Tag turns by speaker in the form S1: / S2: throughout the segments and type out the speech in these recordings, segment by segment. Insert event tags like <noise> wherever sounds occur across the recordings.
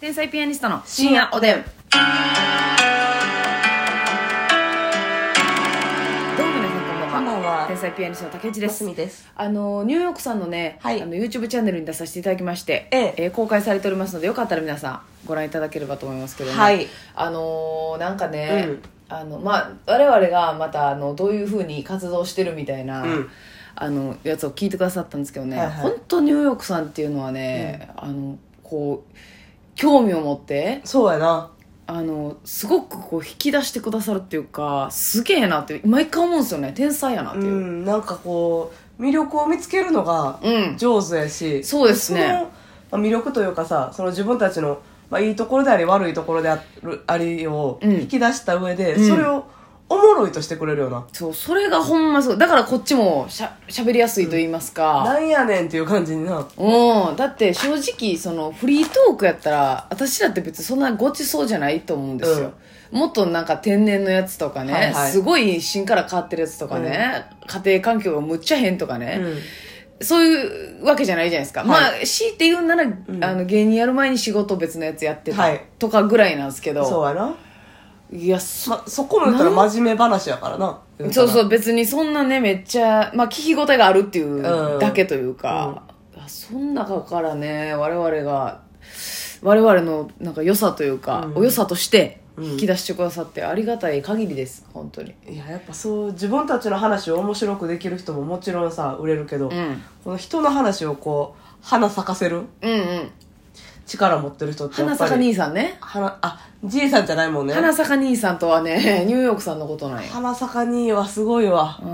S1: 天才ピアニストの深夜おでん。どうも皆さんこんばんは。
S2: こんばんは
S1: 天才ピアニストの竹内です。
S2: ますみです
S1: あのニューヨークさんのね、
S2: はい
S1: あの YouTube チャンネルに出させていただきまして、
S2: ええ
S1: ー公開されておりますのでよかったら皆さんご覧いただければと思いますけども、
S2: はい
S1: あのーなんかね、
S2: うん
S1: あのまあ、我々がまたあのどういうふうに活動してるみたいな、
S2: うん
S1: あのやつを聞いてくださったんですけどね、
S2: はいはい
S1: 本当ニューヨークさんっていうのはね、あのこう興味を持って
S2: そうやな
S1: あのすごくこう引き出してくださるっていうかすげえなって毎回思うんですよね天才やなって
S2: う
S1: いう。
S2: んなんかこう魅力を見つけるのが
S1: うん
S2: 上手やし、
S1: そうですね
S2: そのまあ魅力というかさその自分たちの、まあ、いいところであり悪いところであるありを
S1: うん
S2: 引き出した上で、
S1: うん
S2: それをおもろいとしてくれるような、
S1: そうそれがほんまそうだからこっちもしゃ喋りやすいと言いますか、
S2: なんやねんっていう感じにな
S1: うん、だって正直そのフリートークやったら私だって別にそんなごちそうじゃないと思うんですよ、もっとなんか天然のやつとかね、
S2: はいはい
S1: すごい芯から変わってるやつとかね、家庭環境がむっちゃ変とかね、
S2: うん
S1: そういうわけじゃないじゃないですか、
S2: はい
S1: まあ強いて言うなら、あの芸人やる前に仕事別のやつやって
S2: は
S1: た
S2: い
S1: とかぐらいなんですけど、
S2: そうやな、
S1: い、やそ,、
S2: まあ、そこも言ったら真面目話やからな
S1: そうそうう別にそんなねめっちゃ、まあ、聞き応えがあるっていうだけというか、あそん中からね我々が我々のなんか良さというか、お良さとして引き出してくださってありがたい限りです本当に
S2: いややっぱそう自分たちの話を面白くできる人ももちろんさ売れるけど、
S1: うん
S2: この人の話をこう花咲かせる
S1: うんうん
S2: 力持ってる人ってや
S1: 花
S2: っぱり
S1: 坂兄さんね
S2: 花あじいさんじゃないもんね
S1: 花坂兄さんとはね <laughs> ニューヨークさんのことなんや
S2: 花坂にはすごいわ
S1: あ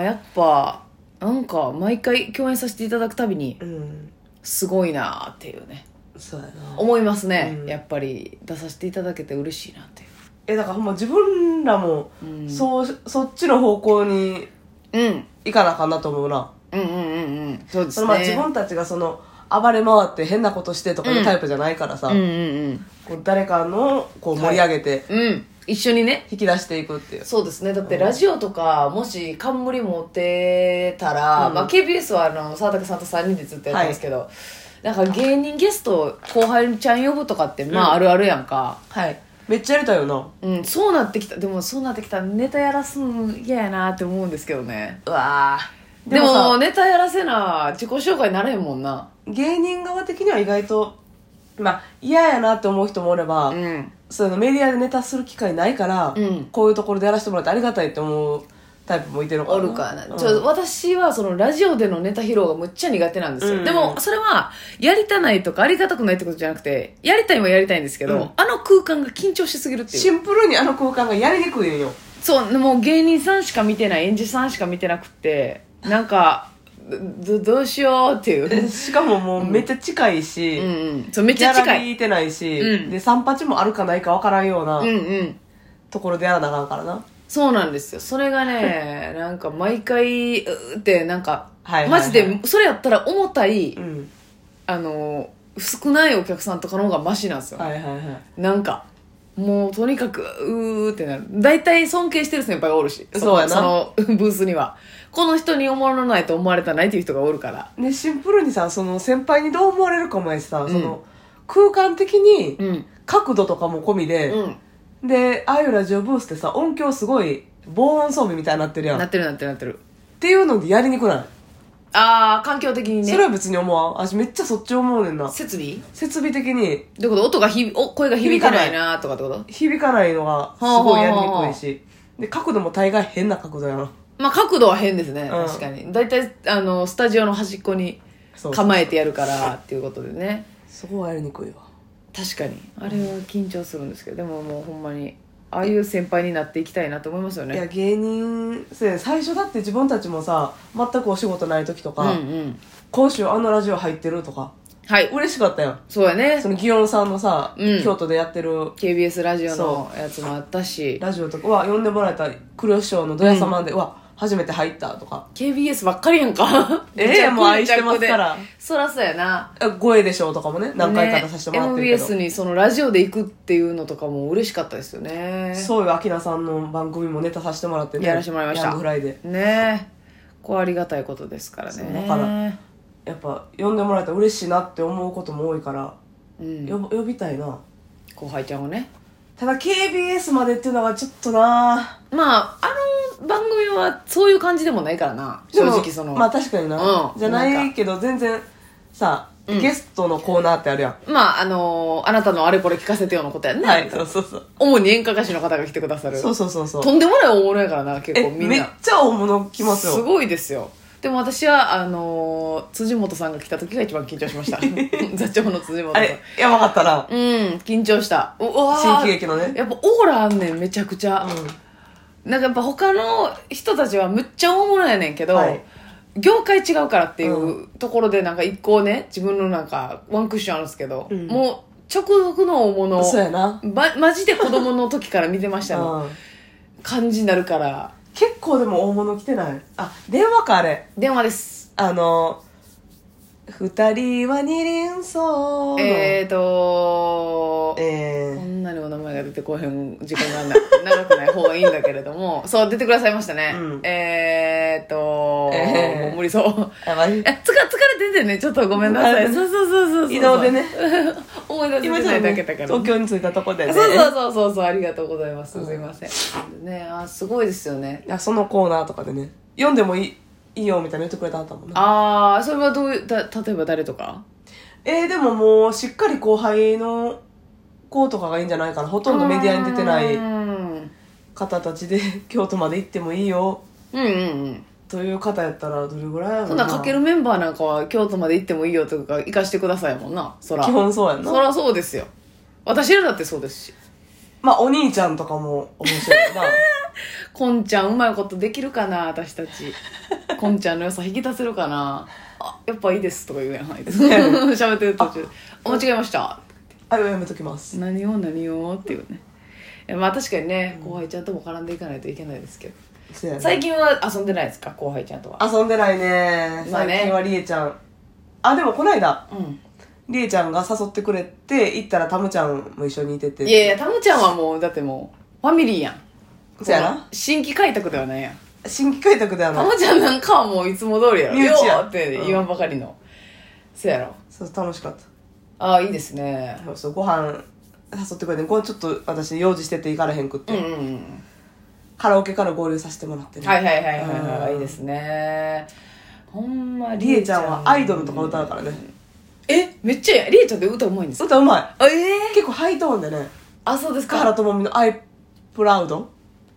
S1: ーやっぱなんか毎回共演させていただくたびに
S2: うん
S1: すごいなーっていうね
S2: そうやな
S1: 思いますね、
S2: うん
S1: やっぱり出させていただけて嬉しいなっていう
S2: えだからほんま自分らも、
S1: うん
S2: そうそっちの方向に
S1: うん
S2: 行かなあかんなと思うな
S1: うんうんうんうんそうです
S2: そ
S1: ね
S2: のまあ自分たちがその暴れ回って変なことしてとかいうタイプじゃないからさ、
S1: うんうん
S2: こう誰かのこう盛り上げて
S1: うんうん一緒にね
S2: 引き出していくっていう、
S1: そうですねだってラジオとかもし冠持ってたら、
S2: うん
S1: まあ、KBS はあの沢竹さんと3人でずっとやってますけど、なんか芸人ゲスト後輩ちゃん呼ぶとかってまああるあるやんか、
S2: はいめっちゃやりたいよな
S1: うん、そうなってきたでもそうなってきたらネタやらすの嫌やなって思うんですけどね
S2: うわー
S1: で
S2: で
S1: も
S2: もさ
S1: ネタやらせな自己紹介なれへんもんな
S2: 芸人側的には意外とまあ嫌やなって思う人もおれば、
S1: うん
S2: そういうのメディアでネタする機会ないから、
S1: うん
S2: こういうところでやらせてもらってありがたいって思うタイプもいてるから
S1: おるかな、
S2: うん
S1: ちょ私はそのラジオでのネタ披露がむっちゃ苦手なんですよ、
S2: うん
S1: でもそれはやりたないとかありがたくないってことじゃなくてやりたいはやりたいんですけど、
S2: うん
S1: あの空間が緊張しすぎるっていう
S2: シンプルにあの空間がやりにくいんよ
S1: そうもう芸人さんしか見てない演者さんしか見てなくってなんかどどうしようっていう
S2: <laughs> でしかももうめっちゃ近いし、
S1: うんうんそうめっ
S2: ギ
S1: ちゃ
S2: ャ
S1: 近
S2: ラ
S1: い
S2: リーいてないし、
S1: うん
S2: で三八もあるかないかわからんよう
S1: うん
S2: な
S1: うん
S2: ところでやらなあかんからな、
S1: そうなんですよ。それが
S2: <laughs>
S1: ね、なんか毎回、うーって、なんか、
S2: はいはいは
S1: マ
S2: い
S1: ジで、それやったら重たい、
S2: うん、
S1: あの、少ないお客さんとかの方がマシなんですよ。
S2: はいはいはい
S1: なんか、もうとにかく、うーってなる。大体尊敬してる先輩がおるし、の
S2: そうやな
S1: そのブースには。この人に思われないと思われたらないっていう人がおるから。
S2: でシンプルにさその先輩にどう思われるかもやしさ、
S1: ん
S2: その空間的に
S1: うん。
S2: 角度とかも込みで、
S1: うん。
S2: でああいうラジオブースってさ音響すごい防音装備みたいになってるやん
S1: な
S2: っ
S1: ってるなってるなってる。
S2: ていうのでやりにくない
S1: あー、環境的に
S2: それ
S1: ね。
S2: は別に思わん私めっちゃそっち思うねんな
S1: 設備
S2: 設備的に
S1: どういうこと音がひび、お声が響かないなとかってこと
S2: 響かないのがすごいやりにくいしで角度も大概変な角度やな
S1: まあ角度は変ですね、
S2: うん
S1: 確かに大体あのスタジオの端っこに
S2: そう
S1: 構えてやるからっていうことでね
S2: そこはやりにくいわ
S1: 確かにあれは緊張するんですけどでももうほんまにああいう先輩になっていきたいなと思いますよ
S2: いや
S1: ね
S2: 芸人そうやね最初だって自分たちもさ全くお仕事ない時と
S1: うん
S2: か、
S1: うん
S2: 今週あのラジオ入ってるとか
S1: はい
S2: 嬉しかったやん
S1: そうやね
S2: その祇園さんのさ、
S1: うん
S2: 京都でやってる
S1: KBS ラジオのやつもあったし
S2: ラジオとかは呼んでもらえた黒師匠の「土屋様で、うわ初めて入った」とか
S1: KBS ばっかりやん <laughs> か
S2: ええ
S1: めちゃくちゃ
S2: もう愛してますから
S1: そらそうやな
S2: 「え声でしょ」とかもね何回か出させてもらってるけど、
S1: ね MBS にそのラジオで行くっていうのとかも嬉しかったですよね
S2: そうよ明菜さんの番組もネタさせてもらってね
S1: やらせてもらいました
S2: ヤングフライで
S1: ねえこうありがたいことですから
S2: そ
S1: ね
S2: うだからやっぱ呼んでもらえたら嬉しいなって思うことも多いから
S1: うん
S2: よ呼びたいな
S1: 後輩ちゃんをね
S2: ただ KBS までっていうのはちょっとな
S1: まああの番組はそういう感じでもないからな正
S2: で
S1: 直
S2: も
S1: その
S2: ま
S1: ま
S2: あ確かにな、
S1: うん
S2: じゃ
S1: な
S2: なんい
S1: か
S2: けど全然さ、
S1: うん
S2: ゲストのコーナーってあるやん、
S1: ああのーあなたのあれこれ聞かせてよのことやんね、
S2: はいそうそうそう
S1: 主に演歌歌手の方が来てくださる
S2: そうそうそうそう
S1: とんでもない大物やからな結
S2: え
S1: 構みん
S2: めっ
S1: な
S2: ちゃ大物来ますよ
S1: ごいですよでも私はあのー辻元さんが来た時が一番緊張し
S2: <laughs>
S1: ました座長の辻元
S2: あ
S1: さん
S2: れやばかったな
S1: うん緊張したううわー
S2: 新喜劇のね
S1: やっぱオーラあんねんめちゃくちゃ、なんかやっぱ他の人たちはむっちゃ大物やねんけど、
S2: はい
S1: 業界違うからっていう
S2: う
S1: ところでなんか一個ね自分のなんかワンクッションあるんですけど、
S2: うん
S1: もう直属の大
S2: う
S1: 物
S2: んそうやな、
S1: ばマジで子供の時から見てましたの
S2: <laughs> うん
S1: 感じになるから
S2: 結構でも大物来てないあ電話かあれ
S1: 電話です
S2: あの二人は二輪草の
S1: えーと
S2: え
S1: こ
S2: ー
S1: んなにお名前が出てこへん時間があんな長くない方がいいんだけれども <laughs> そう出てくださいましたね、
S2: うん
S1: えーと、
S2: えー
S1: もう無理そう
S2: やばい
S1: え、つか、疲れてんだよね。ちょっとごめんなさ
S2: 疲れて
S1: い。
S2: ね
S1: そうそうそうそうそう。
S2: 移動でね。
S1: 思い出せ
S2: 今
S1: て
S2: ちょ
S1: な
S2: っと
S1: いだ
S2: ね
S1: けだから。
S2: 東京に着いたとこでね
S1: そうそうそうそうそう、ありがとうございます。
S2: うん
S1: すいません。ね、あ、すごいですよね。
S2: いやそのコーナーとかでね読んでもいいいいよみたいな言ってくれたんだもんな
S1: あー、それはどういう、た、例えば誰とか
S2: えー、でももうしっかり後輩の子とかがいいんじゃないかなほとんどメディアに出てな
S1: う
S2: い
S1: ん。
S2: 方たちで京都まで行ってもいいよ
S1: うんうんうん。
S2: という方やったらどれぐらいやろう
S1: そんなかけるメンバーなんかは京都まで行ってもいいよとか行かしてくださいもんな。そら。
S2: 基本そうやん
S1: そ
S2: な
S1: らそうですよ。私らだってそうですし。
S2: まあお兄ちゃんとかも面
S1: <laughs>
S2: 白いな
S1: こんちゃんうまいことできるかな私た <laughs> ちこんちゃんの良さ引き出せるかなあやっぱいいですとか言 <laughs> うやんはい喋ってる途中あ間違えました
S2: あれはやめときます
S1: 何を何をっていうねえまあ確かにね後輩ちゃんとも絡んでいかないといけないですけど
S2: そうやな
S1: 最近は遊んでないですか後輩ちゃんとは
S2: 遊んでないね
S1: まあね
S2: 最近はりえちゃんあでもこないだ
S1: うん
S2: りえちゃんが誘ってくれて行ったらタムちゃんも一緒にいてて
S1: いやいやタムちゃんはもうだってもうファミリーやん
S2: そうやな
S1: 新規開拓ではないやん
S2: 新規開拓では
S1: タ
S2: ない
S1: ムちゃんなんかはもういつも通りやろ
S2: 身内
S1: よ
S2: や
S1: ーって言わんばかりの、そうやろ
S2: そう楽しかった
S1: ああいいですね
S2: そうそうご飯誘ってくれてこれちょっと私用事してて行かれへんくって、
S1: うんうんうん
S2: カラオケから合流させてもらってね、
S1: はいはいはいはいは
S2: う
S1: いい
S2: ん
S1: いですねほんま
S2: りえちゃんはアイドルとか歌うからね
S1: えめっちゃりえちゃんって歌うまいんですか
S2: 歌うま
S1: あえ
S2: い結構ハイトーンでね
S1: あそうです
S2: 塚原
S1: か
S2: 智美の「アイプラウド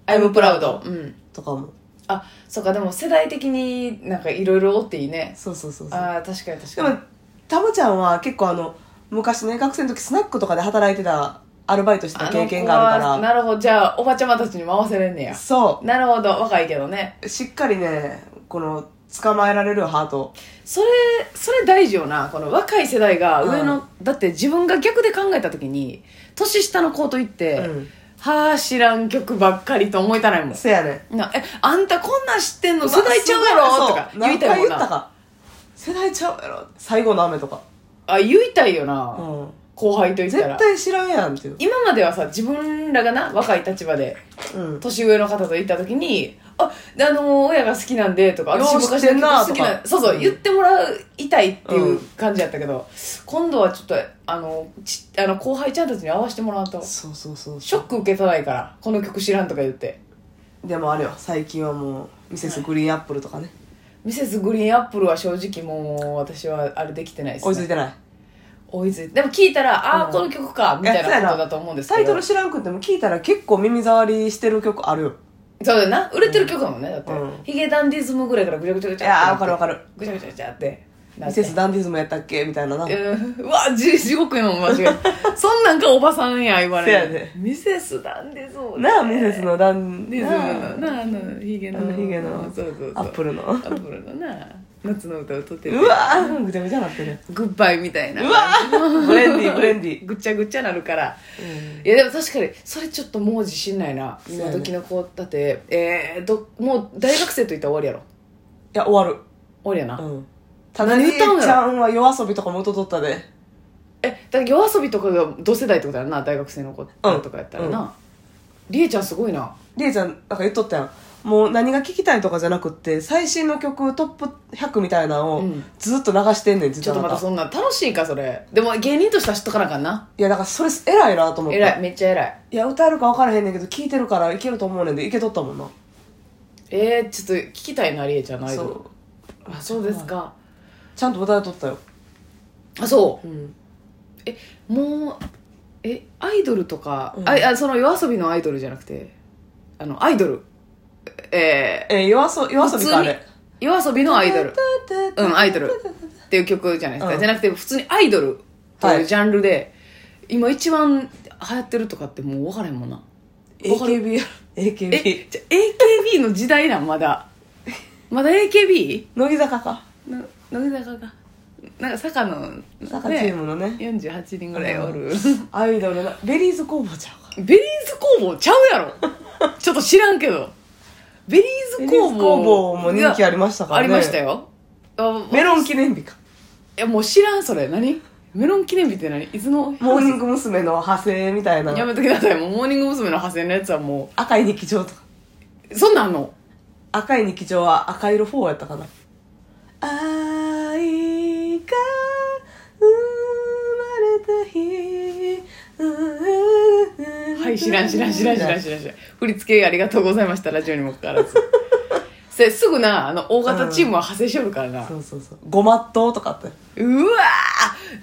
S1: I'm proud うん
S2: とかも
S1: あそうかでも世代的になんかいろいろおっていいね
S2: そうそうそうそう
S1: あー確かに確
S2: で
S1: かに
S2: もタムちゃんは結構あの昔ね学生の時スナックとかで働いてたアルバイトしてた経験がある
S1: の子は
S2: か
S1: なるほどじゃあおばちゃまたちに回せれんね
S2: ら
S1: や
S2: そ
S1: なるほど若いけどね
S2: うしっかりねこの捕まえられるよハート
S1: それそれ大事よなこの若い世代が上の、
S2: う
S1: だって自分が逆で考えた時に年下の子と言って、
S2: うん
S1: はあ知らん曲ばっかりと思いたないもん
S2: せやね
S1: なえあんたこんなん知ってんの世代ちゃうやろとか
S2: そう
S1: 言い
S2: 何
S1: たい
S2: 回
S1: もん
S2: 言った
S1: な
S2: か世代ちゃうやろ最後の雨とか
S1: あ言いたいよな、
S2: うん
S1: 後輩と言ったら
S2: 絶対知らんやんっていう
S1: 今まではさ自分らがな若い立場で
S2: うん
S1: 年上の方と行った時に「ああの親が好きなんで」とか「
S2: よう
S1: 私昔
S2: 知ってん
S1: の
S2: な
S1: 曲好き
S2: とか
S1: そうそう、
S2: うん
S1: 言ってもらいたいっていううん感じやったけど、今度はちょっとあのちあの後輩ちゃんたちに合わせてもらうと
S2: そうそうそう
S1: ショック受けたないからこの曲知らんとか言って
S2: でもあれよ最近はもうミセスグリーンアップルとかね
S1: ミセスグリーンアップルは正直もう私はあれできてないです
S2: 追
S1: ね
S2: いついてない
S1: 追いついてでも聞いたらああ、
S2: うん
S1: この曲かみたい
S2: いやそうや
S1: な
S2: な
S1: ことだと思うんですけど
S2: タイトル知らんくっても聞いたら結構耳障りしてる曲あるよ
S1: そうだよな売れてる曲だもんねだって、
S2: うん
S1: ヒゲダンディズムぐらいからぐちゃぐちゃぐ
S2: い
S1: ちゃ
S2: やーわかるわかる
S1: ぐちゃぐちゃぐちゃってな
S2: ミ
S1: って
S2: セスダンディズムやったっけみたいなな
S1: うんうわじ <laughs> 地獄の
S2: <laughs>
S1: 間違いそんなんかおばさんや言われる
S2: せやで
S1: ミセスダンディズム
S2: なあミセスのダン
S1: ディズムの
S2: なあ
S1: なあのヒゲの
S2: あのヒゲの
S1: そうそうそう
S2: アップルのうわ
S1: アップルのな夏の歌を歌ってる
S2: ーぐちゃぐちゃなってる
S1: グッバイみたいな
S2: うわーブレンディブレンディ
S1: ぐちゃぐちゃなるからいやでも確かにそれちょっともう自信ないな
S2: そうや
S1: 今
S2: ね
S1: 時の子だってえー、どもう大学生といったら終わりやろ
S2: いや終わ
S1: 終わりやな、
S2: るうんただりえちゃんは夜遊びとかも歌っとったで
S1: えだから夜遊びとかが同世代ってことやな大学生の子とかやったらな、りえちゃんすごいな
S2: りえちゃんなんか言っとったやんもう何が聞きたいとかじゃなくって最新の曲トップ100みたいなの
S1: う
S2: を
S1: ん
S2: ずっと流してんねん
S1: ち
S2: 実
S1: ょっと
S2: は
S1: また
S2: なんか
S1: そんなん楽しいかそれでも芸人としては知っとかなあかんない
S2: やだからそれ偉いなと思った
S1: 偉いめっちゃ偉い
S2: いや歌えるか分からへんねんけど聞いてるからいけると思うねんでいけとったもんな
S1: えー、ちょっと聞きたいなりえちゃんのアイドル
S2: そう
S1: あそうですか
S2: ちゃんと歌えとったよ
S1: あそ
S2: うん
S1: うもうえアイドルとか、
S2: うん
S1: ああその夜遊びのアイドルじゃなくてあのアイドルえ
S2: え夜遊夜遊びかあれ
S1: ー、夜遊びのアイドルうんアイドルっていう曲じゃないですか、
S2: うん
S1: じゃなくて普通にアイドルと
S2: はいいう
S1: ジャンルで、今一番流行ってるとかってもう分からへんもんな
S2: AKB AKB
S1: えじゃ AKB の時代なんまだまだ AKB?
S2: 乃木坂か
S1: の乃木坂がなんか坂の
S2: 坂チームのね
S1: 48人ぐらいおる、
S2: アイドルなベリーズ工房ちゃうか
S1: ベリーズ工房ちゃうやろちょっと知らんけどベリーズ工
S2: ベリー
S1: 房
S2: ズ工房も人気ありましたからね
S1: ありましたよあ
S2: メロン記念日か
S1: いやもう知らんそれ何メロン記念日って何いつの
S2: モーニング娘。の派生みたいな
S1: やめときなさいもうモーニング娘。の派生のやつはも
S2: 赤い日記帳とか
S1: うそんなんあんの
S2: 赤い日記帳は赤色4やったかな愛が生まれた日
S1: はい知らん知らん知らん知らん知らん知らん振り付けありがとうございましたラジオにもかかわらずせすぐなあの大型チームは派生しよるからな、
S2: そうそうそうごまっとうとかあったよ
S1: うわ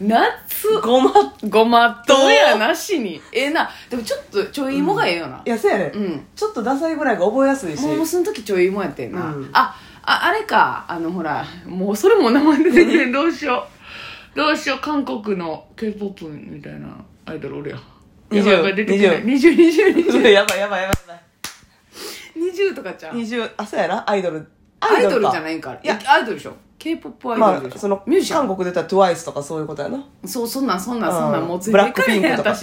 S1: ー夏
S2: ごまっ
S1: ごまとやなしにええなでもちょっとちょい芋がええよな、
S2: いやそうやね、
S1: うん
S2: ちょっとダサいぐらいが覚えやすいし
S1: もうその時ちょい芋やってんな、
S2: うん
S1: あああれかあのほらもうそれも名前出てきてどうしようどうしよう韓国の k p o p みたいなアイドルおるやん
S2: 20
S1: 20が出てきてない202020
S2: <laughs> やばいやばいやばいや
S1: 20とかちゃ
S2: ば
S1: う
S2: い20あそうやなアイドル
S1: アイドルじゃないいんか
S2: いや
S1: アイドルでしょ k p o p ア
S2: ま
S1: イドル
S2: あ
S1: でしょ、
S2: その
S1: ミュージシャン
S2: 韓国で言ったら TWICE とかそういうことやな
S1: そうそんなんそんなん
S2: うん
S1: そんなんもうつい
S2: ブラッ
S1: て
S2: ク
S1: かれ
S2: ピ
S1: へ
S2: ン
S1: ん
S2: ク
S1: や
S2: と
S1: っ
S2: か
S1: たし